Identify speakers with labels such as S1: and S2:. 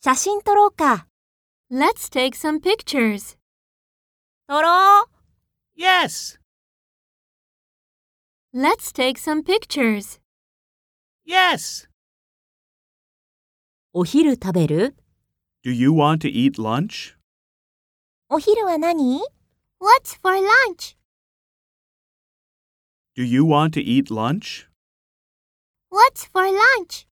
S1: 写真撮ろうか。
S2: Let's take some pictures.
S1: 撮ろう。
S3: Yes.
S2: Let's take some pictures.
S3: Yes.
S1: お昼食べる
S3: Do you want to eat lunch?
S1: お昼は何
S2: What's for lunch?
S3: Do you want to eat lunch?
S2: What's for lunch?